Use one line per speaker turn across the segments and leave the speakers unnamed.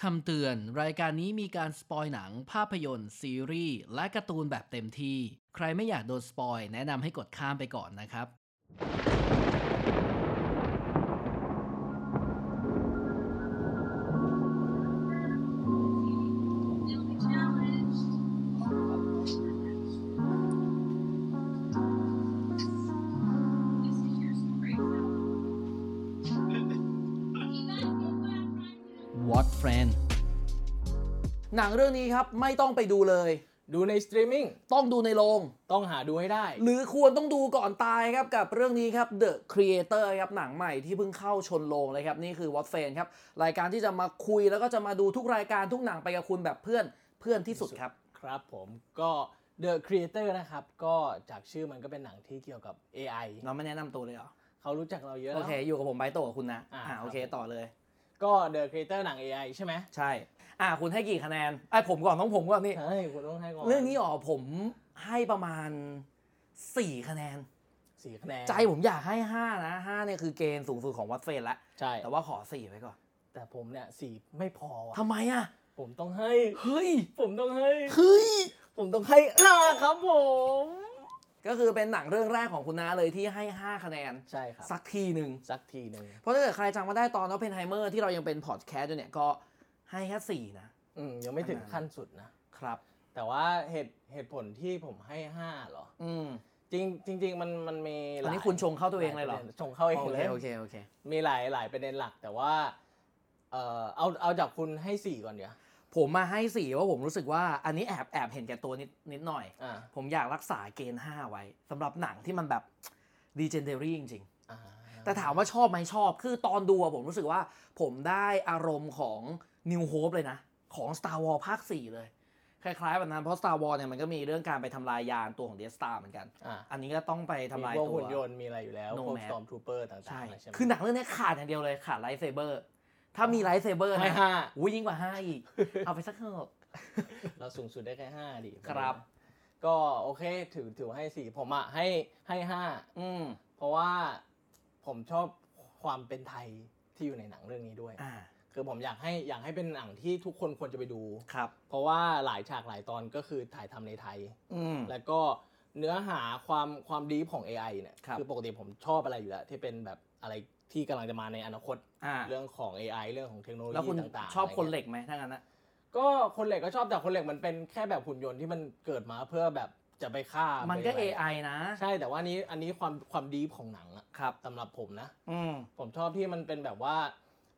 คำเตือน รายการนี้มีการสปอยหนัง ภาพยนตร์ ซีรีส์ และการ์ตูนแบบเต็มที่ ใครไม่อยากโดนสปอย แนะนำให้กดข้ามไปก่อนนะครับ What Friend หนังเรื่องนี้ครับ ไม่ต้องไปดูเลย
ดูในสตรีมมิ่ง
ต้องดูในโรง
ต้องหาดูให้ได้
หรือควรต้องดูก่อนตายครับกับเรื่องนี้ครับ The Creator ครับหนังใหม่ที่เพิ่งเข้าชนโรงเลยครับ นี่คือ What f a n ครับ รายการที่จะมาคุยแล้วก็จะมาดูทุกรายการทุกหนังไปกับคุณแบบเพื่อนเพื่อนที่สุดครับ
ครับผมก็ The Creator นะครับ ก็จากชื่อมันก็เป็นหนังที่เกี่ยวกับ AI
เราไม่แนะนำตัวเลยเหรอ
เขารู้จักเราเยอะ
โอ
แล้ว
เค อยู่กับผมไบร์ทโตะกับคุณนะ
อ่า
อ่าโอเค
ครับผม
ต่อเลย
ก็ The Creator หนัง AI ใช่ไหม
ใช่ อ่าคุณให้กี่คะแนนไอ้ยผมก่อนต้องผมก่อนนี่
ใช่คุณต้องให้ก่อน
เรื่องนี้อ๋อผมให้ประมาณ 4 คะแนน
สี่คะแนน
ใจผมอยากให้ 5 นะ5เนี่ยคือเกณฑ์สูงสุดของวัตเฟนละ
ใช่
แต่ว่าขอ 4 ไว้ก่อน
แต่ผมเนี่ยสี่ไม่พอว่ะ
ทำไมอ่ะ
ผมต้องให้
เฮ้ย
ผมต้องให้
เฮ้ย
ผมต้องให้ห้าครับผม
ก็คือเป็นหนังเรื่องแรกของคุณน้าเลยที่ให้ 5 คะแนน
ใช่ครับ
สักทีหนึ่ง
สักทีหนึ่ง
เพราะถ้าเกิดใครจำมาได้ตอน o อปเพนไฮเมอร์ที่เรายังเป็นพอดแคสต์อยู่เนี่ยก็ให้แค่ 4 นะ
อืมยังไม่ถึงขั้นสุดนะ
ครับ
แต่ว่าเหตุเหตุผลที่ผมให้ห้าเหรอ
อืม
จริงจริง ๆ มันมันมีหลาย
อันนี้คุณชงเข้าตัวเองเลยเหรอ
ปะด็นชงเข้าเอง
โอ
เล
เค
ย
โอเคโอเค
มีหลายหลายประเด็นหลัก แต่ว่า เออเอาเอาจากคุณให้สี่ก่อนเดี๋ยว
ผมมาให้ 4 ว่าผมรู้สึกว่าอันนี้แอบแอบเห็นแก่ตัวนิดนิดหน่อย
อ่า
ผมอยากรักษาเกณฑ์ 5 ไว้สำหรับหนังที่มันแบบ legendary จริง
อ่า
ๆ แต่ถามว่าชอบไหมชอบ คือตอนดูอะผมรู้สึกว่า ผมได้อารมณ์ของ New Hope เลยนะ ของ Star Wars ภาค 4 เลย คล้ายๆแบบนั้นเพราะ Star Wars เนี่ยมันก็มีเรื่องการไปทำลายยานตัวของ Death Star เหมือนกัน
อ่า
อันนี้ก็ต้องไปทำลาย
มีพวก
ตั
หุ่นยว นต์มีอะไรอยู่แล้ว
Nomad
พวกสตอมทูเปอร์ต่างๆ
ใช่
ใช่ไหม
คือหนังเรื่องนี้ขาดอย่างเดียวเลยขาดไลท์เซเบอร์ถ้ามีไลท์เซเบอร์
ให้
นะ
ห้า
อุ้ยยิ่งกว่าห้าอีกเอาไปสักเถอะ
เราสูงสุดได้แค่ห้าดิ
ครับ
ก็โอเคถือถือว่าให้สี่ผมอ่ะให้ให้ห้า
อืม
เพราะว่าผมชอบความเป็นไทยที่อยู่ในหนังเรื่องนี้ด้วย
อ่า
คือผมอยากให้อยากให้เป็นหนังที่ทุกคนควรจะไปดู
ครับ
เพราะว่าหลายฉากหลายตอนก็คือถ่ายทำในไทย
อืม
แล้วก็เนื้อหาความความดีฟของ AI เนี่ย
ครับ
อปกติผมชอบอะไรอยู่แล้ว ที่เป็นแบบอะไรที่กำลังจะมาในอนาคต
อ่า
เรื่องของ AI เรื่องของเทคโนโล
แล้ว
ยี
คุณ
ต่าง
ชอบ
ๆะไร
คนเห
เงี้ย
ล็กไหมถ้างั้นนะ
ก็คนเหล็กก็ชอบแต่คนเหล็กมันเป็นแค่แบบหุ่นยนต์ที่มันเกิดมาเพื่อแบบจะไปฆ่า
มั
มัน
ก็ AI นะ
ใช่แต่ว่านี้อันนี้ความความดีฟของหนังอะ
ครับ
สำหรับผมนะ
อืม
ผมชอบที่มันเป็นแบบว่า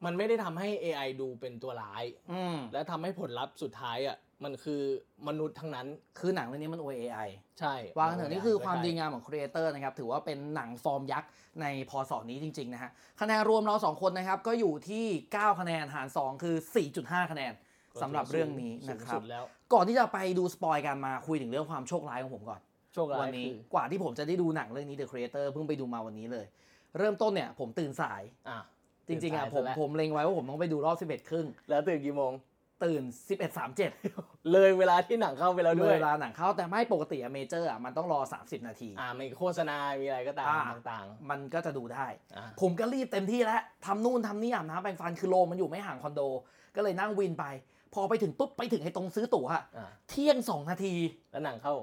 มันไม่ได้ทำให้ AI ดูเป็นตัวร้าย
อืม
และทำให้ผลลัพธ์สุดท้ายอ่ะมันคือมนุษย์ทั้งนั้น
คือหนังเรื่องนี้มัน AI
ใช่
วางเถอะนี่คือความดี
ใช่
งามของครีเอเตอร์นะครับ ถือว่าเป็นหนังฟอร์มยักษ์ในพศนี้จริง ๆ นะฮะ คะแนนรวมเรา 2 คนนะครับ ก็อยู่ที่ 9 คะแนนหาร 2 คือ 4.5 คะแนนสำหรับเรื่องนี้นะค
สูง
รับ
สุดแล้ว
ก่อนที่จะไปดูสปอยกันมาคุยถึงเรื่องความโชคร้ายของผมก่อน
โชคร้าย
วันนี้
คือก
ว่าที่ผมจะได้ดูหนังเรื่องนี้ The Creator เพิ่งไปดูมาวันนี้เลย เริ่มต้นเนี่ยผมตื่นสาย
อ่ะ
จริงๆอ่ะผ
ตื่
ม
นสายซ
ผมเล็งไว้ว่าผมต้องไปดูรอบ11ครึ่ง
แล้วตื่นกี่โมง
ตื่น 11.37
เลยเวลาที่หนังเข้าไปแล้ว
เล
ด้วย ย
เวลาหนังเข้าแต่ไม่ปกติอะเมเจอร์อะมันต้องรอ 30 นาที
อ่ามีโฆษณา มีอะไรก็ตาม
อ่า
ต่าง
มันก็จะดูได้
ๆอ่ะ
ผมก็รีบเต็มที่แล้วทำนู่นทำนี่อาบน้ำแปรงฟันคือโรงมันอยู่ไม่ห่างคอนโด ก็เลยนั่งวินไป พอไปถึงปุ๊บ ไปถึงไอ้ตรงซื้อตั๋วอะ
อ่ะ
เที่ยง 2 นาที
แล้วหนังเข้า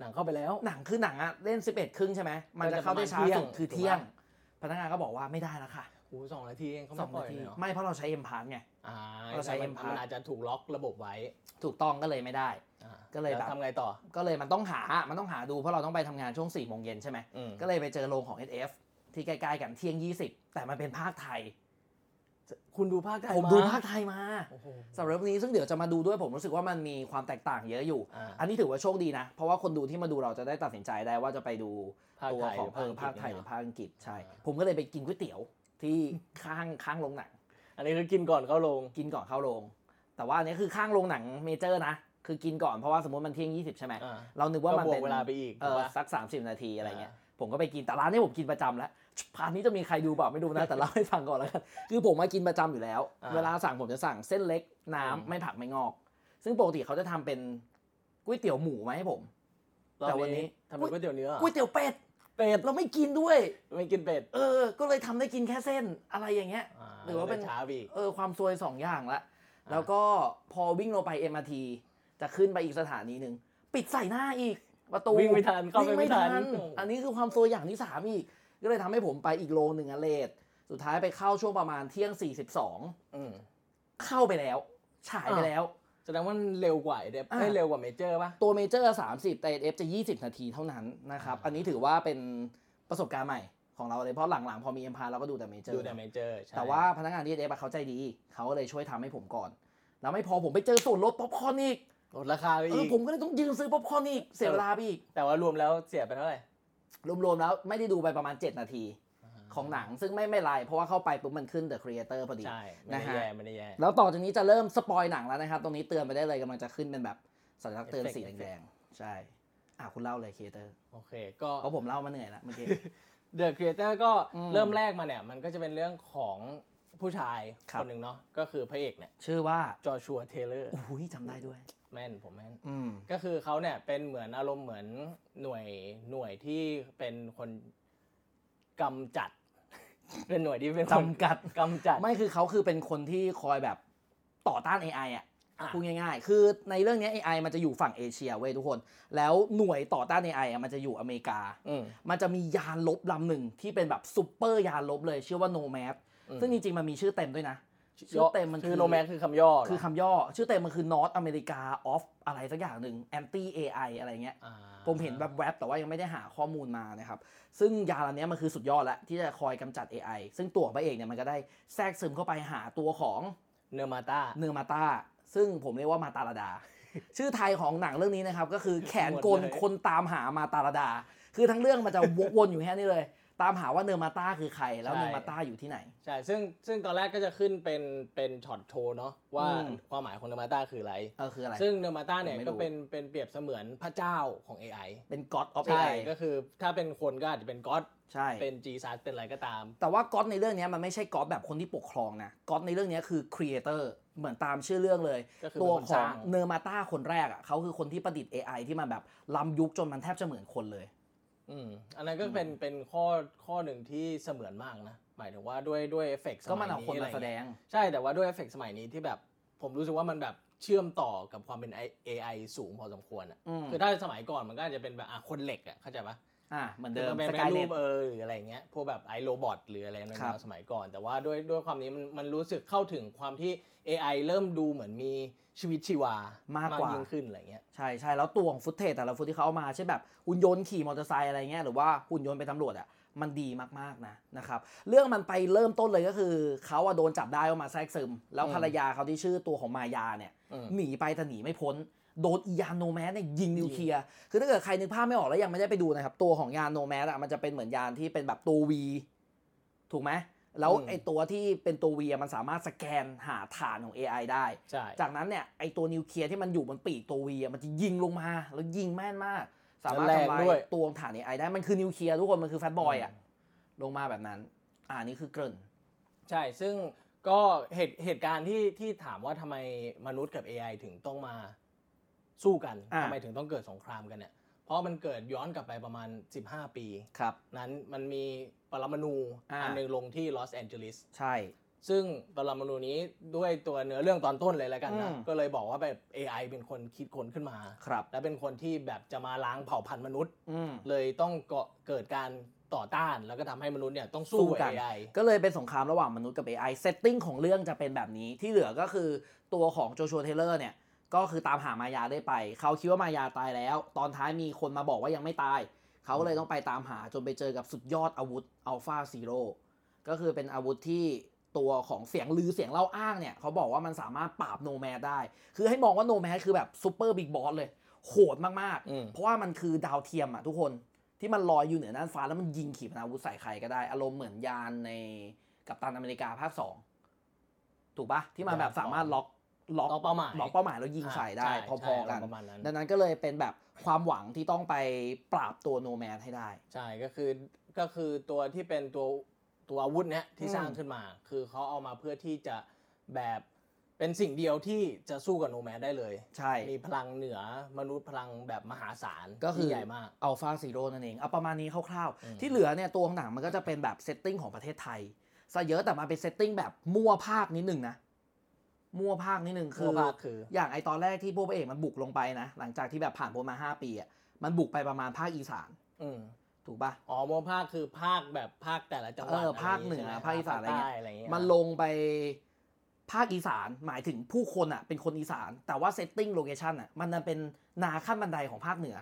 หนังเข้าไปแล้ว
หนังคือหนังอะเล่น 11 ครึ่งใช่ไหม มันจะเข้าได้ช้าสุดคือเที่ยง พนักงานก็บอกว่าไม่ได้แล้วค่ะ
โอ้โหสองนาทีเองเขา
ส
ไม่
อง
ปล่
นา
อย
ที
เลยเหรอ
ไม่เพราะเราใช้เอ็มพาร์ไง
อ่า
เราใช้
แต่มัน
M-Pass
มันอาจจะถูกล็อกระบบไว้
ถูกต้องก็เลยไม่ได้
อ่ะ
ก็เลย
แว
แบบ
ทำไงต่อ
ก็เลยมันต้องหามันต้องหาดูเพราะเราต้องไปทำงานช่วง4ี่โมงเย็นใช่ไหม
อืม
ก็เลยไปเจอโรงของ SF ที่ใกล้ๆกันเที่ยง 20 แต่มันเป็นภาคไทย
คุณดูภาคไทย
ผม
มา
ดูภาคไทยมา
โอ้โห
สำหรับวันนี้ซึ่งเดี๋ยวจะมาดูด้วยผมรู้สึกว่ามันมีความแตกต่างเยอะอยู่
อ่ะ
อันนี้ถือว่าโชคดีนะ เพราะว่าคนดูที่มาดูเราจะได้ตัดสินใจได้ว่าจะไปดู
ภาค
ตัว
ไทย
ของเออ
หรือ
ภาคไทยห
อั
รือกภา
งฤษ
คอังกฤษใช่
อ่า
ผมก็เลยไปกินก๋วยเตี๋ยวที่ ข้างข้างโรงหนัง
อันนี้คือกินก่อนเข้าโรง
กินก่อนเข้าโรง แต่ว่าอันนี้คือข้างโรงหนังเมเจอร์นะ คือกินก่อนเพราะว่าสมมติมันเที่ยง 20 ใช่ไหม
อ่ะ
เรานึกว่ามัน
ก็บ
เป็
วนกเวลาไปอีก
เอ
ถูก
อ
ปะ
สัก 30 นาทีอะไรเงี้ย ผมก็ไปกินแต่ร้านนี้ผมกินประจำแล้วพานนี้จะมีใครดูเปล่าไม่ดูนะ แต่เล่าให้ฟังก่อนแล้วกันคือผมมากินประจำอยู่แล้ว
อ่า
เวลาสั่งผมจะสั่งเส้นเล็กน้ำ
อืม
ไม่ผักไม่งอก ซึ่งปกติเขาจะทำเป็นก๋วยเตี๋ยวหมูมาให้ผม
รอบ
แต่วันนี้
ทำเป็นก๋วยเตี๋ยวเนื้อเหรอ
ก๋วยเตี๋ยวเป็ด
เป็ด
เราไม่กินด้วย
ไม่กินเป็ด
เออ ก็เลยทำได้กินแค่เส้นอะไรอย่างเงี้ย หรือว่าเป็น
ช้าไปอีก
เออความซวยสองอย่างละ
า
แล้วก็พอวิ่งลงไป MRT จะขึ้นไปอีกสถานีหนึ่งปิดใส่หน้าอีก ประตู
วิ่งไม่ทันเข้าไป
วิ่ง
ไม่ทัน
อันนี้คือความซวยอย่างที่สามอีก ก็เลยทำให้ผมไปอีกโลหนึ่งอะเลทสุดท้ายไปเข้าช่วงประมาณเที่ยง 42
อืม
เข้าไปแล้ว ฉายไป
อ่า
แล้ว
แสดงว่ามันเร็วกว่าไอ้เดฟ
อ่ะ
ให้ยเร็วกว่าเมเจอร์ป่ะ
ตัวเมเจอร์30 แต่เอฟจะ 20 นาทีเท่านั้นนะครับ อันนี้ถือว่าเป็นประสบการณ์ใหม่ของเราเลยเพราะหลังๆ พอมีเอ็มพาเราก็ดูแต่เมเจอร์
ดูแต่เมเจอร์ใช่
แต่ว่าพนักงานที่เอฟเขาใจดี เขาก็เลยช่วยทำให้ผมก่อน แล้วไม่พอผมไปเจอส่วนลดป๊อปคอร์นอีก
ลดราคาไป
เอ
อี
อก ผมก็เลยต้องยืนซื้อป๊อปคอร์นอีก เสียเวลาไปอีก
แต่ว่ารวมแล้วเสียไปเท่าไหร่
รวมๆแล้วไม่ได้ดูไปประมาณ 7 นาทีของหนัง ซึ่งไม่ไม่ไร เพราะว่าเข้าไปปุ๊บมันขึ้น The Creator พอดี
ใช่ ไม่ได้
นะฮะ
แย่ไม่ได้แย่
แล้วต่อจากนี้จะเริ่มสปอยหนังแล้วนะครับ ตรงนี้เตือนไปได้เลยกำลังจะขึ้นเป็นแบบสัญลักษณ์เตือน
Effect
สีแดงๆใช่อ่ะคุณเล่าเลยครีเอเตอร์
โอเค ก็
เพราะผมเล่ามาเหนื่อยละเมื่อกี้
เดอะครีเอเตอร์ก็
อืม
เริ่มแรกมาเนี่ย มันก็จะเป็นเรื่องของผู้ชาย
ครับ
คนหนึ่งเนาะก็คือพระเอกเนี่ย
ชื่อว่า
จอชัวเทเลอร์
โอ้ยจำได้ด้วย
แม่นผมแม่น
อืม
ก็คือเขาเนี่ยเป็นเหมือนอารมณ์เหมือนหน่วยหน่วยที่เป็นคนกำจัด เป็นหน่วยที่เป็นคน
จำกัด
กำจัด
ไม่คือเขาคือเป็นคนที่คอยแบบต่อต้าน AI อ่ะ
อ่ะ
พูดง่ายๆ คือในเรื่องเนี้ย AI มันจะอยู่ฝั่งเอเชียเว้ยทุกคน แล้วหน่วยต่อต้าน AI อ่ะมันจะอยู่อเมริกา
อืม
มันจะมียานลบลำหนึ่งที่เป็นแบบซูเปอร์ยานลบเลยชื่อว่า Nomad
อืม
ซึ่งจริงๆ มันมีชื่อเต็มด้วยนะ ชื่
ย่
อเต็มมัน
คือโนแมนคือคำย่อเหร
คือคำย่อ ชื่อเต็มมันคือ North America of อะไรสักอย่างหนึ่ง anti AI อะไรเงี้ย
อ่า
ผมเห็นแบบแวบๆแต่ว่ายังไม่ได้หาข้อมูลมานะครับ ซึ่งยาลำเนี้ยมันคือสุดยอดแล้วที่จะคอยกำจัด AI ซึ่งตัวของพระเอกเนี่ยมันก็ได้แทรกซึมเข้าไปหาตัวของ
เนอร์มาตา
เนอร์มาตาซึ่งผมเรียกว่ามาตาลาดา ชื่อไทยของหนังเรื่องนี้นะครับ ก็คือแขนกล
หมดเลย
คนตามหามาตาลาดา คือทั้งเรื่องมันจะวกวนอยู่แค่นี้เลย ตามหาว่าเนอร์มาตาคือใคร แล้วเนอร์มาตาอยู่ที่ไหน
ใช่ ซึ่งซึ่งตอนแรกก็จะขึ้นเป็นเป็นช็อตโชว์เนาะว่า
อืม
ความหมายของเนอร์มาตาคืออะไร
เออคืออะไร
ซึ่งเนอร์มาตาเนี่ย
ผมไม่รู้
ก็เป็นเป็นเปรียบเสมือนพระเจ้าของ AI
เป็น God of
ใช่
AI
ก็คือถ้าเป็นคนก็อาจจะเป็นก็อด
ใช่
เป็นจีซัสเป็นอะไรก็ตาม
แต่ว่าก๊อตในเรื่องเนี้ยมันไม่ใช่ก๊อตแบบคนที่ปกครองนะก๊อตในเรื่องเนี้ยคือครีเอเตอร์เหมือนตามชื่อเรื่องเลย
ก็คือ
ตัว
เป็นคน
ขอ
ส
ง
ร้าง
เนอร์มาตาคนแรกอ่ะเขาคือคนที่ประดิษฐ์ AI ที่มันแบบล้ำยุคจนมันแทบจะเหมือนคนเลย
อืมอันนั้นก็เป็นเป็นข้อข้อหนึ่งที่เสมือนมากนะ หมายถึงว่าด้วยด้วยเอฟเฟกต์ส
ก็
มั
มัน
ย
เอา
นี้
คน
อะไร
มาแสด
เงี้ย
ง
ใช่แต่ว่าด้วยเอฟเฟกต์สมัยนี้ที่แบบผมรู้สึกว่ามันแบบเชื่อมต่อกับความเป็น AI สูงพอสมควรอ่ะ
อืม
คือถ้าสมัยก่อนมันก็อาจจะเป็นแบบอ่ะคนเหล็กอ่ะเข้าใจปะ
อ่าเหมือนเดิม
คือ
ส
เป็น
กาย
รู
เน็ต
ปเออหรืออะไรเงี้ยพวกแบบไอโรบอทหรืออะไรใน
ครั
แน
บ
วสมัยก่อน แต่ว่าด้วยด้วยความนี้มันมันรู้สึกเข้าถึงความที่ AI เริ่มดูเหมือนมีชีวิตชีวามาม
ากกว่า
ยิ่งขึ้นอะไรเงี้ย
ใช่ใช่แล้วตัวของฟุตเทจแต่ละฟุตที่เขาเอามาใช่นแบบหุ่นยนต์ขี่มอเตอร์ไซค์อะไรเงี้ยหรือว่าหุ่นยนต์เป็นตำรวจอ่ะมันดีมากๆนะนะครับเรื่องมันไปเริ่มต้นเลยก็คือเขาอะโดนจับได้ว่ามาแทรกซึม แล้ว
อืม
ภรรยาเขาที่ชื่อตัวของมายาเนี่ย
อืม
หนีไปแต่หนีไม่พ้น โดนอียานโนแมสเนี่ยยิงนิวเคลียร์ คือถ้าเกิดใครนึกภาพไม่ออกแล้วยังไม่ได้ไปดูนะครับ ตัวของยานโนแมสอะมันจะเป็นเหมือนยานที่เป็นแบบตัววี ถูกไหม แล้ว
อืม
ไอ้ตัวที่เป็นตัววีมันสามารถสแกนหาฐานของ AI ได้
ใช่
จากนั้นเนี่ยไอ้ตัวนิวเคลียร์ที่มันอยู่บนปีกตัววีมันจะยิงลงมา แล้วยิงแม่นมาก สามารถทำลายตัวของฐาน AI ได้ มันคือนิวเคลียร์ทุกคน มันคือแฟตบอยอะลงมาแบบนั้น อ่านี่คือเกริ่น
ใช่ ซึ่งก็เหตุเหตุการณ์ที่ที่ถามว่าทำไมมนุษย์กับ AI ถึงต้องมาสู้กัน
อ่า
ทำไมถึงต้องเกิดสงครามกันเนี่ย เพราะมันเกิดย้อนกลับไปประมาณ 15 ปี
ครับ
นั้นมันมีปรมาณู
อ่า
อันหนึ่งลงที่ลอสแอนเจลิส
ใช่
ซึ่งปรมาณูนี้ด้วยตัวเนื้อเรื่องตอนต้นเลยแล้วกันนะ
อืม
ก็เลยบอกว่าแบบ AI เป็นคนคิดคนขึ้นมา
ครับ
และเป็นคนที่แบบจะมาล้างเผ่าพันธุ์มนุษย์
อืม
เลยต้องเกาะเกิดการต่อต้าน แล้วก็ทำให้มนุษย์เนี่ยต้องสู้กับ AI
ก็เลยเป็นสงครามระหว่างมนุษย์กับ AI เซตติ้งของเรื่องจะเป็นแบบนี้ที่เหลือก็คือตัวของโจชัวเทเลอร์เนี่ย ก็คือตามหามายาได้ไป เขาคิดว่ามายาตายแล้ว ตอนท้ายมีคนมาบอกว่ายังไม่ตาย เขาก็เลยต้องไปตามหาจนไปเจอกับสุดยอดอาวุธอัลฟาซีโร่ก็คือเป็นอาวุธที่ตัวของเสียงลือเสียงเล่าอ้างเนี่ย เขาบอกว่ามันสามารถปราบโนแมดได้ คือให้มองว่าโนแมดคือแบบซูเปอร์บิ๊กบอสเลยโหดมาก
อืม
ๆ เพราะว่ามันคือดาวเทียมอะทุกคน ที่มันลอยอยู่เหนือน่านฟ้าแล้วมันยิงขีปนาวุธใส่ใครก็ได้ อารมณ์เหมือนยานในกัปตันอเมริกาภาคสองถูกปะที่มันแบบสามารถล็อกล็อก
ล็อกเป้าหมาย
ล็อกเป้าหมายแล้วยิง
อ่า
ใส่ได้
ใช่
พ
ใช่
อๆกัน
าประมาณนั้น
ดังนั้นก็เลยเป็นแบบความหวังที่ต้องไปปราบตัวโนแมนให้ได้
ใช่ก็คือก็คือตัวที่เป็นตัวตัวอาวุธเนี้ยที่
อืม
สร้างขึ้นมา คือเขาเอามาเพื่อที่จะแบบเป็นสิ่งเดียวที่จะสู้กับโนแมนได้เลย
ใช่
มีพลังเหนือมนุษย์พลังแบบมหาศาล
ก็คือ
ที่ใหญ่มาก
อัลฟาซีโร่นั่นเองเอาประมาณนี้คร่าว
อืม
ๆ ที่เหลือเนี่ยตัวของหนังมันก็จะเป็นแบบเซตติ้งของประเทศไทยซะเยอะแต่มาเป็นเซตติ้งแบบมั่วภาคนิดหนึ่งนะ มั่วภาคนิดนึง
คื
คือ อ
ภาคคือ
อย่างไอตอนแรกที่พวกพระเอกมันบุกลงไปนะ หลังจากที่แบบผ่านพ้นมาห้าปีอ่ะมันบุกไปประมาณภาคอีสาน
อืม
ถูกปะ
อ๋อโมภาคคือภาคแบบภาคแต่ละจังหวัด
เออ
อะไรอย่งงี้
ภาคเหนือ
ใช่ไม
ภาคอีสานอะไรเงี้ย
ภคใต้อะไรเงี้ย
มันลงไปภาคอีสานหมายถึงผู้คนอ่ะเป็นคนอีสาน แต่ว่าเซตติ้งโลเคชันอ่ะมันดันเป็นนาขั้นบันไดของภาคเหนือ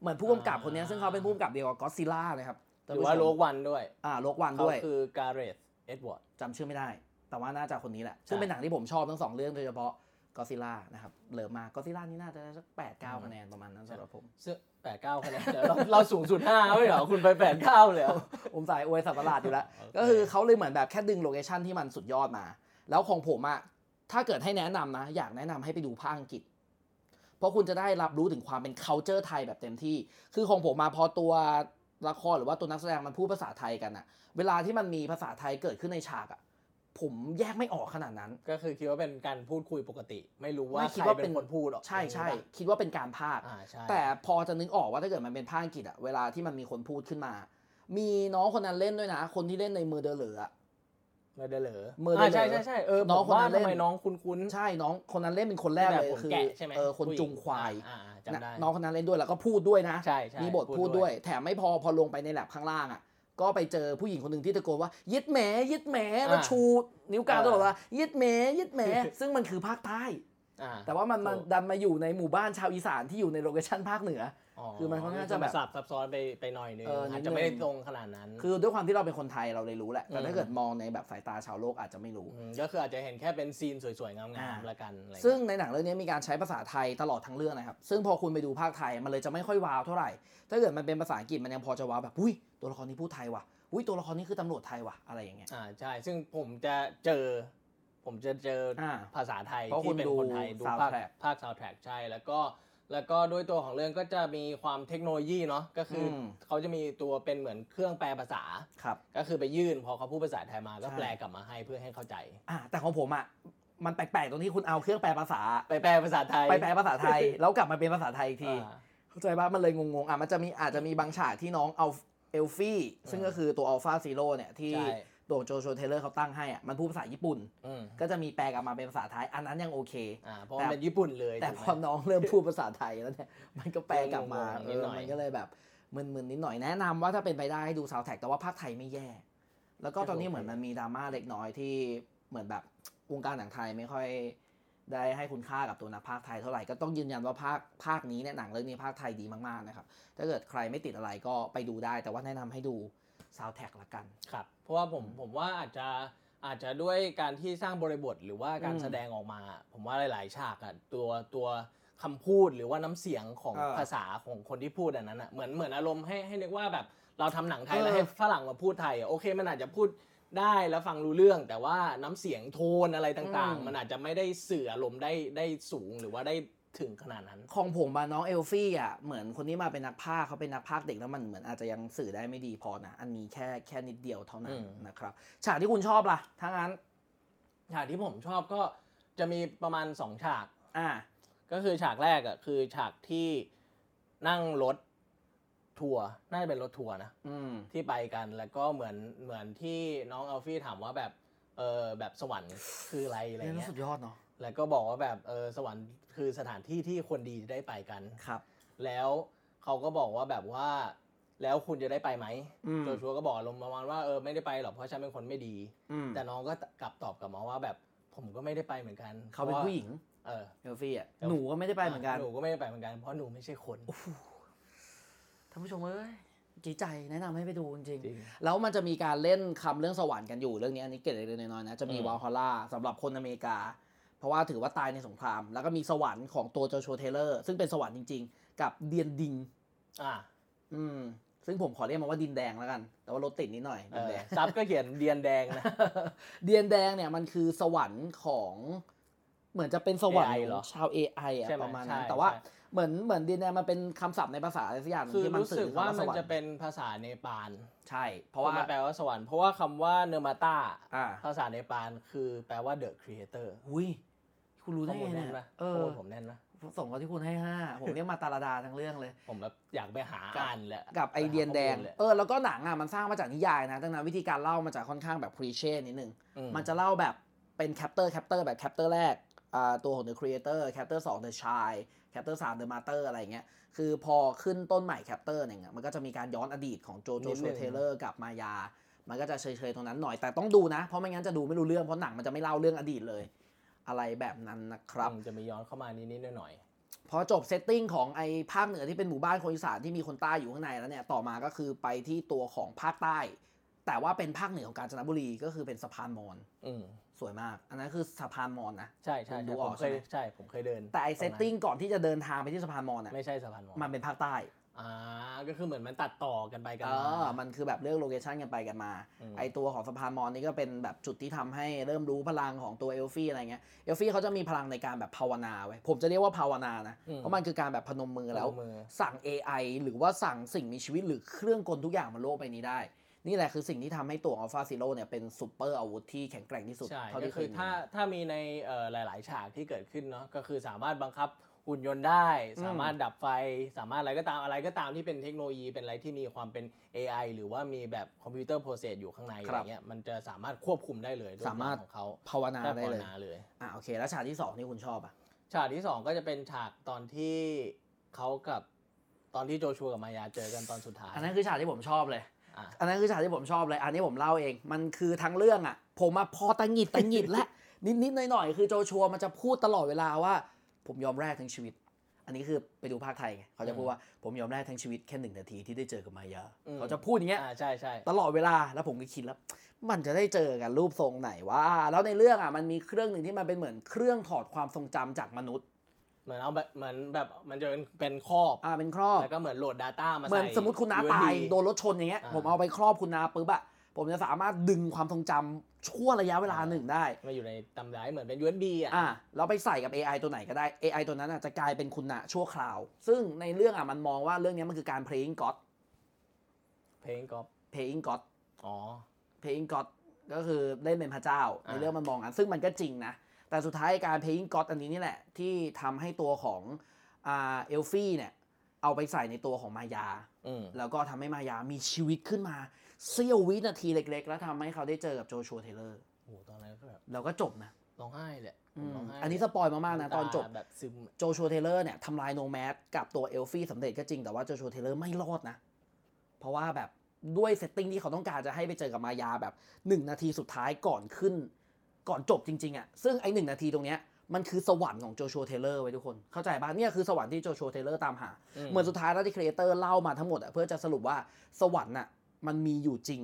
เหมือนผู้กำกับคนเนี้ยซึ่งเขาเป็นผู้กำกับเดียวกับก็ซิล่านะครับ
หรือว่าโลกวันด้วย
อ่าโลกวัน
เขา
ด้วย
คือการ์เรตเอ็ดวอร์ด
จำชื่อไม่ได้ แต่ว่าน่าจะคนนี้แหละ
ใช่
ซึ่งเป็นหนังที่ผมชอบทั้งสองเรื่องโดยเฉพาะก็ซิล่านะครับเลิฟมากก็ซิล่านี่น่าจะได้สักแปดเก้าคะแนนประมาณนั้นสำหรับผม
ซึ่งแปดเก้าคะแนน เดี๋ยวเราเราสูงสุดห้าไม่เหรอคุณไปแปดเก้าเลยเหรอ
ผมสายอวยสัตว์ประหลาดอยู่แล้ว
โอเค
ก็คือเขาเลยเหมือนแบบแค่ดึงโลเคชันที่มันสุดยอดมา แล้วของผมอะถ้าเกิดให้แนะนำนะ อยากแนะนำให้ไปดูภาคอังกฤษ เพราะคุณจะได้รับรู้ถึงความเป็น c u l t u r e ไทยแบบเต็มที่ คือของผมมาพอตัวละครหรือว่าตัวนักแสดงมันพูดภาษาไทยกันอะเวลาที่มันมีภาษาไทยเกิดขึ้นในฉากอะผมแยกไม่ออกขนาดนั้น
ก็คือคิดว่าเป็นการพูดคุยปกติ ไม่รู้ว่า
ไม่คิด
ใคร
ว่าเป็
เป็น นคนพูดหรอก
ใช่ใช่
ไหมล่ะ
คิดว่าเป็นการพากย์
อ่าใช่
แต่พอจะนึกออกว่าถ้าเกิดมันเป็นภาคอังกฤษอะเวลาที่มันมีคนพูดขึ้นมา มีน้องคนนั้นเล่นด้วยนะ คนที่เล่นในมือเดอเหลืออะ
เมอร์เดอเหรอ
เมอร์เดอเหรอ
ใช่ใช่ใช่เออ
น้อง
ผม
คน
ว่า
นั้นเล่น
ทำไมน้องคุ้นๆ
ใช่น้องคนนั้นเล่นเป็นคนแรก
บบ
เลย
ผม
คือ
แกะใช่ไหม
เออคน
ผู้หญิ
จุงควาย
อ่อ่จำได้
น้องคนนั้นเล่นด้วยแล้วก็พูดด้วยนะ
ใช่ใช่
มีบทพูดด้วย แถมไม่พอพอลงไปในแลบข้างล่างอ่ะก็ไปเจอผู้หญิงคนหนึ่งที่ตะโกนว่ายึดแหมยึดแหมแล้วชู นิ้วกลางตลอดเวลายึดแหมยึดแหม ซึ่งมันคือภาคใต้
อ่า
แต่ว่ามันมันดันมาอยู่ในหมู่บ้านชาวอีสานที่อยู่ในโลเคชั่นภาคเหนือ คือมันค่อนข้างจะแบบ
ซับซับซ้อนไปไปหน่อยนึง
เออนิดนึง
อาจจะไม่ได้ตรงขนาดนั้น
คือด้วยความที่เราเป็นคนไทยเราเลยรู้แหละแต่ถ้า
อืม
เกิดมองในแบบสายตาชาวโลกอาจจะไม่รู้
มก็คืออาจจะเห็นแค่เป็นซีนสวยๆงาม
อ่า
ๆละกันอะไร
ซึ่งในหนังเรื่องนี้มีการใช้ภาษาไทยตลอดทั้งเรื่องนะครับ ซึ่งพอคุณไปดูภาคไทยมันเลยจะไม่ค่อยว้าวเท่าไหร่ ถ้าเกิดมันเป็นภาษาอังกฤษมันยังพอจะว้าวแบบ อุ้ยตัวละครนี้พูดไทยว่ะ อุ้ยตัวละครนี้คือตำรวจไทยว่ะ อะไรอย่างเงี้ย
อ่าใช่ซึ่งผมจะเจอ ผมจะเจออา ภาษาไทย
เพราะคุ
ที่
ณ
เป็น
ดู
คนไทยดูภาค
soundtrack
ภาคซาวแทร็กใช่แล้วก็แล้วก็ด้วยตัวของเรื่องก็จะมีความเทคโนโลยีเนาะก็คืออ
ม
เขาจะมีตัวเป็นเหมือนเครื่องแปลภาษา
ครับ
ก็คือไปยื่นพอเขาพูดภาษาไทยมาก็
ใช่
แปลกลับมาให้เพื่อให้เข้าใจ
อ่าแต่ของผมอ่ะ มันแปลกๆตรงที่คุณเอาเครื่องแปลภาษา
ไปแปลภาษาไทย
ไปแปลภาษาไท ย แล้วกลับมาเป็นภาษาไทยอีกที
อ่า
เข้าใจป่ะมันเลยงงๆ อ่ะมันจะมีอาจจะมีบางฉากที่น้องเอาเอลฟี่ ซึ่งก็คือตัวอัลฟาซีโร่เนี่ยที่
ใช่
โดโจโชเทเลอร์เขาตั้งให้อ่ะมันพูดภาษาญี่ปุ่น
อืม
ก็จะมีแปลกลับมาเป็นภาษาไทย อันนั้นยังโอเค
อ่าเพราะมันเป็นญี่ปุ่นเลย
แต่
ถูก
พ
ไหม
อน้องเริ่มพูดภาษาไทยแล้วเนี่ย มันก็แปลกลับมา
เริ่
เอ
มงงๆ
อมั
นิดหน่อย
นก็เลยแบบมึนๆนิดหน่อยแนะนำว่าถ้าเป็นไปได้ให้ดูซาวแท็กแต่ว่าภาคไทยไม่แย่ แล้วก็ตอนนี้เหมือนมันมีดราม่าเล็กน้อยที่เหมือนแบบวงการหนังไทยไม่ค่อย ได้ให้คุณค่ากับตัวนักภาคไทยเท่าไหร่ก็ต้องยืนยันว่าภาคภาคนี้เนี่ยหนังเรื่องนี้ภาคไทยดีมากๆนะครับถ้าเกิดใครไม่ติดอะไรก็ไปดูได้ แต่ว่าแนะนำให้ดูซาวแท็กละกัน
ครับเพราะว่าผมผมว่าอาจจะอาจจะด้วยการที่สร้างบริบทหรือว่าการ
อืม
แสดงออกมา ผมว่าหลาย ๆ ฉากอะตัวตัวคำพูดหรือว่าน้ำเสียงของ
เออ
ภาษาของคนที่พูดอันนั้นอะเหมือนเหมือนอารมณ์ให้ให้นึกว่าแบบเราทำหนังไทย
เออ
แล้วให้ฝรั่งมาพูดไทยอะโอเค มันอาจจะพูดได้แล้วฟังรู้เรื่อง แต่ว่าน้ำเสียงโทนอะไรต่างๆ มันอาจจะไม่ได้สื่ออารมณ์ได้ได้สูงหรือว่าได้ถึงขนาดนั้น
ของผมมาน้องเอลฟี่อ่ะเหมือนคนที่มาเป็นนักพากย์เขาเป็นนักพากย์เด็กแล้วมันเหมือนอาจจะยังสื่อได้ไม่ดีพอนะอันนี้แค่แค่นิดเดียวเท่านั้น
อืม
นะครับฉากที่คุณชอบล่ะถ้างั้น
ฉากที่ผมชอบก็จะมีประมาณสองฉาก
อ่า
ก็คือฉากแรกอ่ะคือฉากที่นั่งรถทัวร์น่าจะเป็นรถทัวร์นะ
อืม
ที่ไปกันแล้วก็เหมือนเหมือนที่น้องอัลฟี่ถามว่าแบบเออแบบสวรรค์คืออะไรอะไร
เรื่องนั้
เงี้
น
ย
สุดยอดเนาะ
แล้วก็บอกว่าแบบเออสวรรค์คือสถานที่ที่คนดีได้ไปกัน
ครับ
แล้วเขาก็บอกว่าแบบว่า แล้วคุณจะได้ไปไหม
อืม
โจชัวก็บอกอารมณ์ประมาณว่าเออไม่ได้ไปหรอกเพราะฉันเป็นคนไม่ดี
อืม
แต่น้องก็กลับตอบกลับมาว่าแบบผมก็ไม่ได้ไปเหมือนกัน
เขาเป็นผู้หญิง
เออ
เอลฟี่อ่ะหนูก็ไม่ได้ไปเหมือนกัน
หนูก็ไม่ได้ไปเหมือนกัน เพราะหนูไม่ใช่คน
ท่านผู้ชมเอ้ยจีใจแนะนำให้ไปดูจริง
จริง
ๆแล้วมันจะมีการเล่นคำเรื่องสวรรค์กันอยู่เรื่องนี้อันนี้เกร็ดเล็กๆน้อยๆนะจะมี
อืม
วาลฮอลล่าสำหรับคนอเมริกา เพราะว่าถือว่าตายในสงคราม แล้วก็มีสวรรค์ของตัวโจชัวเทเลอร์ซึ่งเป็นสวรรค์จริง ๆ กับเดียนดิง
อ่า
อืมซึ่งผมขอเรียกมันว่าดินแดงแล้วกัน แต่ว่ารถติดนิดหน่อย
เอ
ดิน
อ
แดง
ซับก็เขียนเดียนแดงนะ
เดียนแดงเนี่ยมันคือสวรรค์ของ เหมือนจะเป็นสวรรค์
AI เหรอ
ชาว AI อะ
ใช่ไหม
ประมาณนั้น
ใช่
แต่ว่า
ใช่
เหมือนเหมือนดินแดงมันเป็นคำศัพท์ในภาษาอะไรสักอย่างหนึ่ง
คือ
ที่มัน
รู้
สื่
สึ
อก ถึง
ว่า
คำว่าส
มัน
วรร
จะ
ค์
เป็นภาษาเนปาล
ใช่ เพราะว่า
มันแปลว่าสวรรค์เพราะว่าคำว่าเนมาต้า
อ่า
ภาษาเนปาลคือแปลว่า the creator
อุ้ยคุณรู้
ข้
ได้
อ
ไง
มูล
เนี่
แน่
ย
นปะ
เอ
ข้อ
อ
มูลผมแน่นปะ
ส่งเขาที่คุณให้ห้าผมเรียกมาตาลาดาทั้งเรื่องเลย
ผมแบบอยากไปหาอ่านแหละ
กับไอเดียนแดง
ปหาข้อมูลเลย
เออแล้วก็หนังอ่ะมันสร้างมาจากนิยายนะดังนั้นวิธีการเล่ามันจะค่อนข้างแบบคลีเช่นิดนึง
อื
มันจะเล่าแบบเป็นแคปเตอร์แคปเตอร์แบบแคปเตอร์แรก อ่าตัวของ The Creator Chapter 2 The Child Chapter 3 The Master อะไรอย่างเงี้ยคือพอขึ้นต้นใหม่ Chapter เนี่ยมันก็จะมีการย้อนอดีตของโจโจ
นิดห
ชัว
นึ่ง
เทเลอร์กับมายา มันก็จะเฉยๆตรงนั้นหน่อยแต่ต้องดูนะ เพราะไม่งั้นจะดูไม่รู้เรื่องเพราะหนังมันจะไม่เล่าเรื่องอดีตเลย อะไรแบบนั้นนะครับ
อืมจะมีย้อนเข้ามานิดๆหน่อย
พอจบเซตติ้งของไอ้ภาคเหนือที่เป็นหมู่บ้านคนอีสานที่มีคนใต้อยู่ข้างในแล้วเนี่ย ต่อมาก็คือไปที่ตัวของภาคใต้ แต่ว่าเป็นภาคเหนือของกาญจนบุรีก็คือเป็นสะพานมอน
ๆอืม
สวยมาก อันนั้นคือสะพานมอนนะ
ใช่ใช่
ผมดู
ใช่
อ
ผ
อก
มเค
ใช่
ย
ไหม
ใช่ผมเคยเดิน
แต่ไอ้
รง
เซ
นั้น
ตติ้งก่อนที่จะเดินทางไปที่สะพานมอนอ่ะ
ไม่ใช่สะพานมอญ
มันเป็นภาคใต้
อ่าก็คือเหมือนมันตัดต่อกันไปกั
เอน อ
มา
มันคือแบบเลือกโลเคชันกันไปกันมา
ม
ไอตัวของสะพานมอนนี่ก็เป็นแบบจุดที่ทำให้เริ่มรู้พลังของตัวเอลฟี่อะไรเงี้ยเอลฟี่เขาจะมีพลังในการแบบภาวนาเว้ยผมจะเรียกว่าภาวนานะ
อืม
เพราะมันคือการแบบพนมมือแล้ว
เอามือ
สั่ง AI หรือว่าสั่งสิ่งมีชีวิตหรือเครื่องกลทุกอย่างบนโลกใบนี้ได้ นี่แหละคือสิ่งที่ทำให้ตัวอัลฟาซิโลเนี่ยเป็นซูเปอร์อาวุธที่แข็งแกร่งที่สุด
ใช่
เท่า
ก็
ที่เค
คื
ย
อ
มี
ถ้า
มา
ถ้ามีในเอ่อหลาย ๆ ฉากที่เกิดขึ้นเนาะก็คือสามารถบังคับหุ่นยนต์ได้ สามารถดับไฟ สามารถอะไรก็ตามอะไรก็ตามที่เป็นเทคโนโลยีเป็นอะไรที่มีความเป็น AI หรือว่ามีแบบคอมพิวเตอร์โปรเซสอยู่ข้างใน
ครั
อะไร
บ
เงี้ยมันจะสามารถควบคุมได้เลยด้วย
สามารถ
พลังของเขา
ภาวนาได้
ภาว
เลย
นาเลย
อ่ะโอเค แล้วฉากที่ 2 นี่คุณชอบอ่ะ
ฉากที่สองก็จะเป็นฉากตอนที่เขากับตอนที่โจชัวกับมายาเจอกันตอนสุดท้าย
อันนั้นคือฉากที่ผมชอบเลย
อ่ะ
อันนั้นคือฉากที่ผมชอบเลย อันนี้ผมเล่าเอง มันคือทั้งเรื่องอ่ะ ผมมาพอตังหงิดตังหงิดแล้ว นิดๆหน่อยๆ คือโจชัวมันจะพูดตลอดเวลาว่า ผมยอมแลกทั้งชีวิต อันนี้คือไปดูภาคไทยไงเขาจะพูดว่าผมยอมแลกทั้งชีวิตแค่หนึ่งนาทีที่ได้เจอกับมายา
อืม
เขาจะพูดอย่างเงี้ย
อ่าใช่ใช่
ตลอดเวลาแล้วผมก็คิดแล้ว มันจะได้เจอกันรูปทรงไหนว่า แล้วในเรื่องอ่ะมันมีเครื่องหนึ่งที่มันเป็นเหมือนเครื่องถอดความทรงจำจากมนุษย์
เหมือนเอาแบบเหมือนแบบมันจะเป็นเป็นครอบ
อ่าเป็นครอบ
แล้วก็เหมือนโหลด Data มาใส่
เหมือนสมมติคุณน้า
USB
ตาย โดนรถชนอย่างเงี้ย
อ่า
ผมเอาไปครอบคุณน้าปุ๊บอะผมจะสามารถดึงความทรงจำชั่วระยะเวลาหนึ่งได้
มาอยู่ในตำร้ายเหมือนเป็น USB อ่ะ
อ่าเราไปใส่กับ AI ตัวไหนก็ได้ AI ตัวนั้นอ่ะจะกลายเป็นคุณนะชั่วคราว ซึ่งในเรื่องอ่ะมันมองว่าเรื่องเนี้ยมันคือการ playing god
เพลงก๊อป
playing god
อ๋อ
playing god ก็คือเล่นเป็นพระเจ้า
อ่า
ในเรื่องมันมองกันซึ่งมันก็จริงนะ แต่สุดท้ายการ playing god อันนี้นี่แหละ ที่ทำให้ตัวของอ่าเอลฟี่เนี่ยเอาไปใส่ในตัวของมายา
อืม
แล้วก็ทำให้มายามีชีวิตขึ้นมาเสี้ยววินาทีเล็ก ๆ แล้วทำให้เขาได้เจอกับโจชัวเทเลอร์
โหตอนนั้นก็แบบ
แล้วก็จบนะ
ร้องไห้แหละ
อืม
ร้งไห้
อันนี้สปอยมากๆนะตอนจบ
าแบบซึม
โจชัวเทเลอร์เนี่ยทำลายโนแมสกับตัวเอลฟี่สำเร็จก็จริงแต่ว่าโจชัวเทเลอร์ไม่รอดนะ เพราะว่าแบบด้วยเซตติ้งที่เขาต้องการจะให้ไปเจอกับมายาแบบ 1 นาทีสุดท้ายก่อนขึ้น ก่อนจบจริง ๆอะ่ะซึ่งไอ้หนึ่งนาทีตรงเนี้ยมันคือสวรรค์ของโจชัวเทเลอร์ไว้ทุกคนเข้าใจป่ะเนี่ยคือสวรรค์ที่โจชัวเทเลอร์ตามหา
อืม
เหมือนสุดท้ายแล้วที่ครีเอเตอร์เล่ามาทั้งหมดอะเพื่อจะสรุปว่าสวรรค์น่ะมันมีอยู่จริง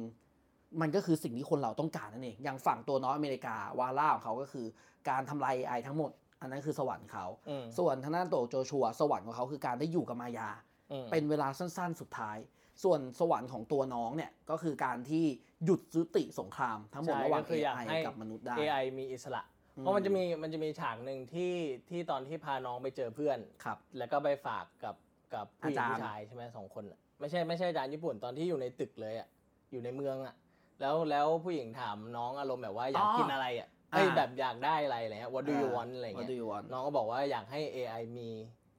มันก็คือสิ่งที่คนเราต้องการนั่นเอง อย่างฝั่งตัวน้อยอเมริกาวาล่าของเขาก็คือการทำลาย AI ทั้งหมด อันนั้นคือสวรรค์เขา
อืม
ส่วนทางด้านตัวโจชัวสวรรค์ของเขาคือการได้อยู่กับมายา
อืม
เป็นเวลาสั้นๆ สุดท้าย ส่วนสวรรค์ของตัวน้องเนี่ยก็คือการที่หยุดยุติสงครามทั้งหมด
ใช่
ระหว่าง
ก็คืออยาก
AI
ให้
กับมนุษย์ได้
AI มีอิสระ
อืม
เพราะมันจะมีมันจะมีฉากหนึ่งที่ที่ตอนที่พาน้องไปเจอเพื่อน
ครับ
แล้วก็ไปฝากกับกับผู้หญิง
อาจารย์
ผู้ชายใช่ไหมสองคนน่ะไม่ใช่ไม่ใช่อาจารย์ญี่ปุ่นตอนที่อยู่ในตึกเลยอ่ะอยู่ในเมืองอ่ะแล้วแล้วผู้หญิงถามน้องอารมณ์แบบว่าอยากกินอะไรอ่ะไอยแบบอยากได้อะไรอะไรเงี้ย what do you want อะไร
ว่า
เงี้ย
ดูอยู่วัน
น้องก็บอกว่าอยากให้ AI มี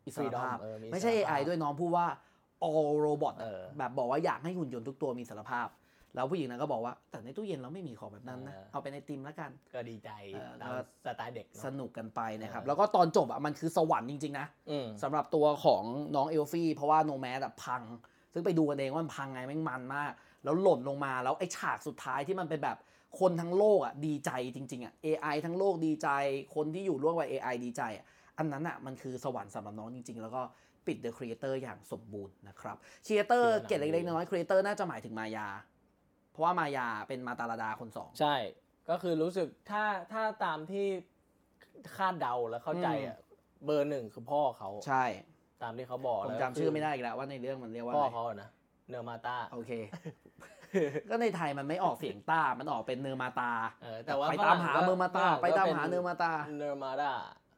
อิสรภา
freedom
พ
เอออิสรภาพ
ไม่ใช่ AI ด้วยน้องพูดว่า all robot
เออ
แบบบอกว่าอยากให้หุ่นยนต์ทุกตัวมีอิสารภาพ แล้วผู้หญิงนั้นก็บอกว่า แต่ในตู้เย็นเราไม่มีของแบบนั้นนะ
เออ
เอาไปในติมแล้วกัน
ก็ดีใจ
เออ
ตาม
ก็
สไตล์เด็ก
ส
เนาะ
นุกกันไปนะครับ
เออ
แล้วก็ตอนจบอ่ะมันคือสวรรค์จริงๆนะ
อืม
สำหรับตัวของน้องเอลฟี่เพราะว่าโนแมสอะพัง ซึ่งไปดูกันเองว่ามันพังไงแม่งมันมาก แล้วหล่นลงมาแล้วไอ้ฉากสุดท้ายที่มันเป็นแบบคนทั้งโลกอะดีใจจริง ๆอะ AI ทั้งโลกดีใจ คนที่อยู่ร่วมกับ AI ดีใจอะอันนั้นอะมันคือสวรรค์สำหรับน้องจริง ๆ แล้วก็ปิด The Creator อย่างสมบูรณ์นะครับ Creator
คือหนัง
เกร็ดเล็กๆน้อยๆ Creator น่าจะหมายถึงมายา เพราะว่ามายาเป็นมาตาลาดาคนสอง
ใช่ก็คือรู้สึกถ้าถ้าตามที่คาดเดาและเข้าใจอ่ะเบอร์หนึ่งคือพ่อเขา
ใช่
ตามที่เขาบอก
ผม
แล้ว
จำชื่อไม่ได้อีกแล้วว่าในเรื่องมันเรียกว่า
พ่อ
อะไร
เขาอะนะเนอร์มาตา
โอเค ก็ในไทยมันไม่ออกเสียงต้า มันออกเป็นเนอร์มาตา
เออแต่ว่า
ไปตามหา
ฝรั่งก็
เนอร์มาตา
ฝรั่งก็
ไปตาม
ป็
หาเนอร์มาตา
เนอร์มาตา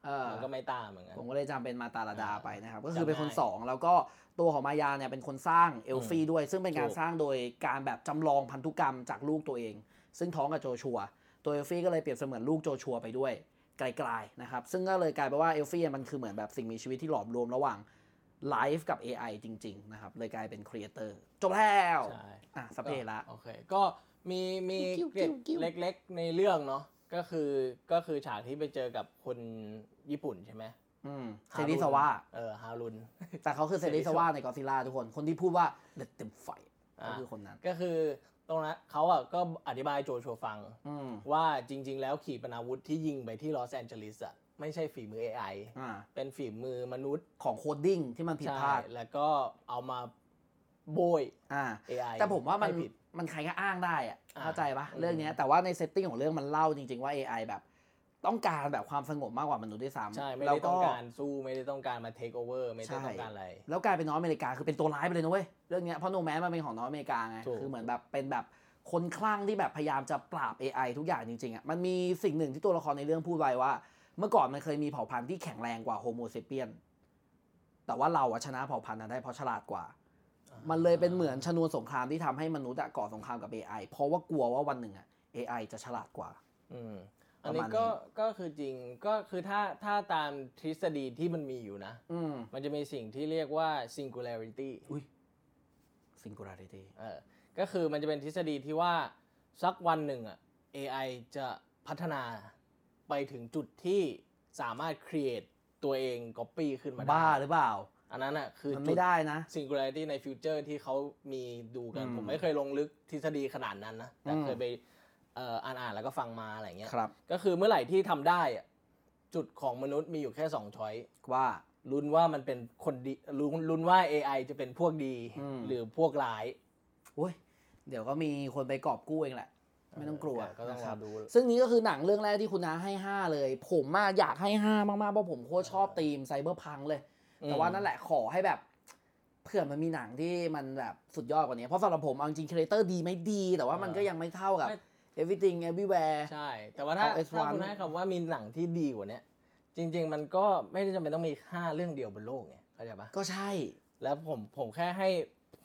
เออ
มันก็ไม่ตามเหมือนกัน
ผมก็เลยจำเป็นมาตาลาดา
อ่า
ไปนะครับ ก็คือ
จำได้
เป็นคนสองแล้วก็ตัวของมายาเนี่ยเป็นคนสร้างเอลฟี่ด้วย ซึ่งเป็นการ
ถูก
สร้างโดยการแบบจำลองพันธุกรรมจากลูกตัวเอง ซึ่งท้องกับโจชัว ตัวเอลฟี่ก็เลยเปรียบเสมือนลูกโจชัวไปด้วยไกลๆนะครับ ซึ่งก็เลยกลายเป็นว่าเอลฟี่มันคือเหมือนแบบสิ่งมีชีวิตที่หลอมรวมระหว่างไลฟ์กับ AI จริง ๆ นะครับ เลยกลายเป็นครีเอเตอร์จบแล้ว
ใช่
อ่ะสพเพละ
โอเค ก็มีมี
กิ้ว
เกร็ด
กิ้วกิ้ว
เล็กๆในเรื่องเนาะ ก็คือก็คือฉากที่ไปเจอกับคนญี่ปุ่นใช่ไหม
อืมเซ
ฮรุน
นิสวะ
เออฮารุน
แต่เขาคือเซนิสวะในกอซิล่าทุกคน คนที่พูดว่าเด็ดเต็มไฟ
อ่า
ก็คือคนนั้น
ก็คือตรงนั้นเขาอ่ะก็อธิบายโจโชฟัง
อืม
ว่าจริง ๆ แล้วขีปนาวุธที่ยิงไปที่ลอสแอนเจลิสอ่ะไม่ใช่ฝีมือ AI
อ่า
เป็นฝีมือมนุษย์
ของโคดดิ้งที่มันผิดพลาด
ใช่แล้วก็เอามาโบย
อ่า
AI
แต่ผมว่ามัน
ไผิด
มันใครก็อ้างได้อะ
อ่า
เข้าใจปะ
อืม
เรื่องเนี้ยแต่ว่าในเซตติ้งของเรื่องมันเล่าจริง ๆว่า AI แบบ ต้องการแบบความสงบมากกว่ามนุษย์ด้วยซ้ำ
ใช่ไม่
แล้ว
ได้ต้องการสู้ไม่ได้ต้องการมาเทคโอเวอร์ไม่ได้ต้องการอะไร
แล้วกลายเป็นน้องอเมริกาคือเป็นตัวร้ายไปเลยนะเว้ยเรื่องเนี้ยเพราะโนแมสมันเป็นของน้องอเมริกาไง
ถูก
คือเหมือนแบบเป็นแบบคนคลั่งที่แบบพยายามจะปราบ AI ทุกอย่างจริงๆอ่ะมันมีสิ่งหนึ่งที่ตัวละครในเรื่องพูดไว้ว่า เมื่อก่อนมันเคยมีเผ่าพันธุ์ที่แข็งแรงกว่าโฮโมเซเปียนแต่ว่าเราอะชนะเผ่าพันธุ์นั้นได้เพราะฉลาดกว่า มันเลยเป็นเหมือนชนวนสงครามที่ทำให้มนุษย์อะก่อสงครามกับ AI เพราะว่ากลัวว่าวันหนึ่งอะ AI จะฉลาดกว่า
อืมอันนี้ก็ก็คือจริงก็คือถ้าถ้าตามทฤษฎีที่มันมีอยู่นะ
อืม
มันจะมีสิ่งที่เรียกว่า singularity
อุ๊ย singularity
เออก็คือมันจะเป็นทฤษฎีที่ว่าสักวันหนึ่งอ่ะ AI จะพัฒนาไปถึงจุดที่สามารถ create ตัวเอง copy ขึ้นมาได้
บ้าหรือเปล่า
อันนั้นอ่ะคือ
มัน
จุ
ไม่
ด
ได้นะ
singularity ในฟิวเจอร์ที่เขามีดูกัน
อืม
ผมไม่เคยลงลึกทฤษฎีขนาดนั้นนะ แต่
อืม
เคยไปเอ่ออ่านอ่านๆแล้วก็ฟังมาอะไรเงี้ย
ครับ
ก็คือเมื่อไหร่ที่ทำได้อะจุดของมนุษย์มีอยู่แค่สองช้อย
ว่า
ลุ้นว่ามันเป็นคนดีลุ้นลุ้นว่า AI จะเป็นพวกดี
อืม
หรือพวกร้าย
โอ้ยเดี๋ยวก็มีคนไปกอบกู้เองแหละ ไม่ต้องกลัว
ก็ต้อง
นะค
ร
รั
อบ ดู
ซึ่งนี้ก็คือหนังเรื่องแรกที่คุณน้าให้ 5 เลย ผมมาอยากให้ 5 มากๆ เพราะผมโคตรชอบธีมไซเบอร์พังเลย แต่ว่านั่นแหละขอให้แบบเผื่อมันมีหนังที่มันแบบสุดยอดกว่านี้ เพราะสำหรับผมเอาจริงครีเอเตอร์ดีไม่ดี แต่ว่ามันก็ยังไม่เท่ากับ
ไม่
everything everywhere
ใช่ แต่ว่าถ้า
เอา S1
ถ้าคุณให้คำว่ามีหนังที่ดีกว่าเนี้ยจริง ๆ มันก็ไม่ได้จำเป็นต้องมีห้าเรื่องเดียวบนโลกไงเข้าใจปะ
ก็ใช่
แล้วผมผมแค่ให้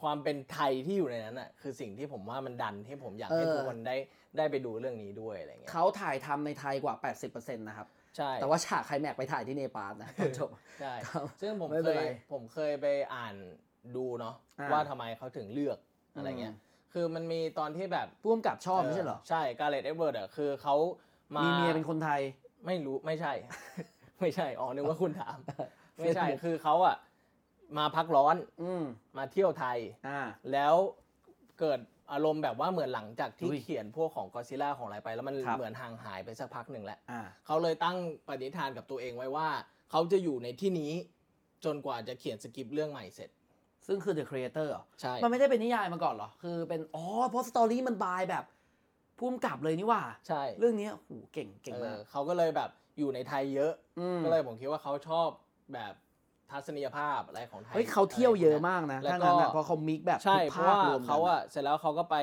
ความเป็นไทยที่อยู่ในนั้นอ่ะคือสิ่งที่ผมว่ามันดันให้ผมอยากให้
เออ
ทุกคนได้ได้ไปดูเรื่องนี้ด้วยอะไรเงี้ย
เขาถ่ายทำในไทยกว่า 80%นะครับ
ใช่
แต่ว่าฉากไคลแม็กซ์ไปถ่ายที่เนปาลนะตอนจบ
ใช่
ครับ
ซึ่งผม
ไม่
เค
เป็น
ย
ไร
ผมเคยไปอ่านดูเนาะ
อ่า
ว่าทำไมเขาถึงเลือกอะไรเงี้ย
อื
คือมันมีตอนที่แบบ
ร่วมกับชอบไม่ใช่เหรอ
ใช่กาเลตเอ็ดเวิร์ดอ่ะคือเขามา
มี
มี
เมียเป็นคนไทย
ไม่รู้ไม่ใช่ ไม่ใช่อ๋อนึกว่าคุณถาม ไม่ใช่คือเขาอะมาพักร้อน
อืม
มาเที่ยวไทย
อ่า
แล้วเกิดอารมณ์แบบว่าเหมือนหลังจากที่
อุ๊ย
เขียนพวกของกอซิล่าของอะไรไป แล้วมัน
ครับ
เหมือนห่างหายไปสักพักหนึ่งแล้ว
อ่า
เขาเลยตั้งปณิธานกับตัวเองไว้ว่า เขาจะอยู่ในที่นี้ จนกว่าจะเขียนสกิปต์เรื่องใหม่เสร็จ
ซึ่งคือ The Creator เหรอ
ใช่
มันไม่ได้เป็นนิยายมาก่อนเหรอ คือเป็น อ๋อเพราะสตอรี่มันบายแบบพุ่มกลับเลยนี่หว่า
ใช่
เรื่องเนี้ยโหเก่งเก่ง
เอ
มา
อก เขาก็เลยแบบอยู่ในไทยเยอะ
ม
ก็เลยผมคิดว่าเขาชอบแบบทัศนียภาพอะไรของไทย
เฮ้ยเขาเที่ยวเยอะ
ไรพวกนั้น
มากนะ
แล้ว
ถ้า
ก็
งั้นนะเพราะเขามิกแบบ
ใช่
ทุก
เพราะ
ภาค
ว่า
วม
ร
กัน
เขาอะเสร็จแล้วเขาก็ไป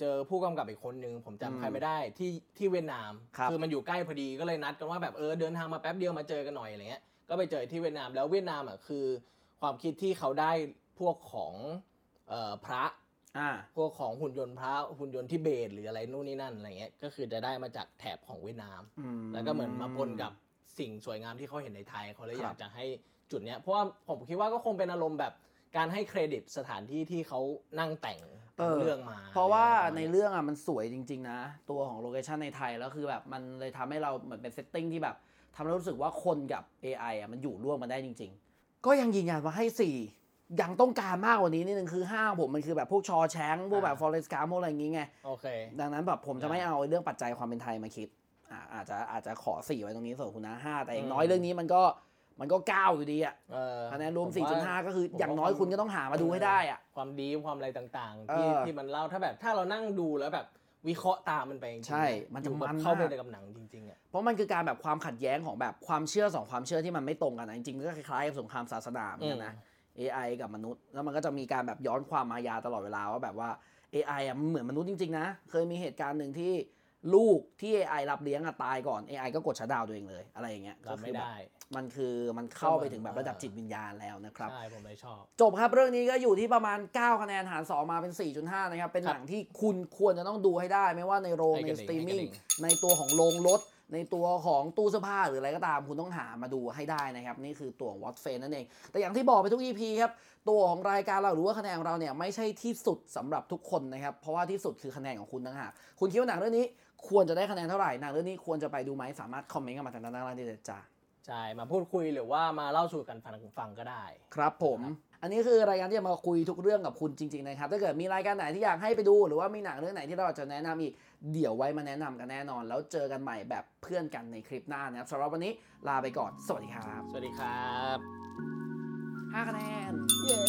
เจอผู้กำกับอีกคนนึง ผมจำ
อืม
ใครไม่ได้ที่ที่เวียดนาม
ครับ
อมันอยู่ใกล้พอดีก็เลยนัดกันว่าแบบเออเดินทางมาแป๊บเดียวมาเจอกันหน่อยอะไรเงี้ยก็ไปเจอที่เวียดนามแล้วเวียดนามอะคือ ความคิดที่เขาได้พวกของเอ่อพระ
อ่า
พวกของหุ่นยนต์พระหุ่นยนต์ทิเบตหรืออะไรนู่นนี่นั่นอะไรเงี้ยก็คือจะได้มาจากแถบของเวียดนาม
อื
แล้วก็เหมือนมาปนกับสิ่งสวยงามที่เขาเห็นในไทยเขาเลย
ครับ
อยากจะให้จุดเนี้ยเพราะว่าผมคิดว่าก็คงเป็นอารมณ์แบบการให้เครดิตสถานที่ที่เขานั่งแต่งทั้งเรื่องมา
เพราะว่าใน
อะไรประมณ
เรื่องอ่ะมันสวยจริง ๆ นะ ตัวของโลเคชันในไทยแล้วคือแบบมันเลยทำให้เราเหมือนเป็นเซตติ้งที่แบบทำให้รู้สึกว่าคนกับ AI อ่ะมันอยู่ร่วมกันได้จริง ๆ ก็ยังยืนยันว่าให้ 4 ยังต้องการมากกว่านี้นิดนึงคือ 5 ผมมันคือแบบพวกชอแชงพวกแบบ
อ่า
ฟอเรสกาพวกอะไรอย่างงี้ไง
โอเค
ดังนั้นแบบผมจะ
อ่า
ไม่เอาเรื่องปัจจัยความเป็นไทยมาคิดอ่าอาจจะอาจจะขอ 4 ไว้ตรงนี้ส่วนคุณนะ5แต่อย่างน้อย
อืม
เรื่องนี้มันก็มันก็9อยู่ดีอ่ะ
เออ
คะแนนรวม
ผว่า
4.5 ก็คืออย่าง
ผมว่า
น้อยคุณก็ต้องหามาดูให้ได้อ่ะ
ความดีความอะไรต่างๆ ที่
เออ
ที่มันเล่าถ้าแบบถ้าเรานั่งดูแล้วแบบวิเคราะห์ตามมันไปจริงๆ
ใช่มันจะ
อยู่แบบ
มัน
เข้าไป
มาก
ในกับหนังจริงๆอ่ะ
เพราะมันคือการแบบความขัดแย้งของแบบความเชื่อสองความเชื่อที่มันไม่ตรงกันนะจริงๆก็คล้ายๆกับสงครามศาสนาเหมือนกันนะ AI กับมนุษย์ แล้วมันก็จะมีการแบบย้อนความมายาตลอดเวลาว่าแบบว่า AI อ่ะมันเหมือนมนุษย์จริงๆนะ เคยมีเหตุการณ์หนึ่งที่ลูกที่ AI รับเลี้ยงอะตายก่อน AI ก็กดชัดดาวน์ตัวเองเลยอะไรอย่างเงี้ย
เรา
ก็คื
ไม่
อแบบ
ได้
มันคือมันเข้าไปถึงแบบระดับ
เออ
จิตวิญญาณแล้วนะครับ
ใช่ผมเลยชอบ
จบครับเรื่องนี้ก็อยู่ที่ประมาณ 9 คะแนนหาร 2 มาเป็น 4.5 นะครับ เป็นหนังที่คุณควรจะต้องดูให้ได้ ไม่ว่าในโรง
ให้
ใน
กระดิ่
ส
ง
ตรีมมิ่ง
ให้กระดิ่ง
ในตัวของโรงรถ ในตัวของตู้เสื้อผ้าหรืออะไรก็ตามคุณต้องหามาดูให้ได้นะครับ นี่คือตัววอตเฟนนั่นเอง แต่อย่างที่บอกไปทุก EP ครับ ตัวของรายการเราหรือว่าคะแนนของเราเนี่ยไม่ใช่ที่สุดสำหรับทุกคนนะครับ เพราะว่าที่สุดคือคะแนนของคุณต่างหากคุณคิดว่าหนังเรื่องนี้ ควรจะได้คะแนนเท่าไหร่หนังเรื่องนี้ควรจะไปดูไหมสามารถคอมเมนต์กันมาทางด้านล่างได้เลยจ้า
ใช่ มาพูดคุยหรือว่ามาเล่าสู่กันฟังฟังก็ได้
ครับผม อันนี้คือรายการที่จะมาคุยทุกเรื่องกับคุณจริง ๆ นะครับ ถ้าเกิดมีรายการไหนที่อยากให้ไปดูหรือว่ามีหนังเรื่องไหนที่เราจะแนะนำอีก เดี๋ยวไว้มาแนะนำกันแน่นอน แล้วเจอกันใหม่แบบเพื่อนกันในคลิปหน้านะครับสำหรับวันนี้ลาไปก่อน สวัสดีครับ
สวัสดีครับ
5คะแนน
เย้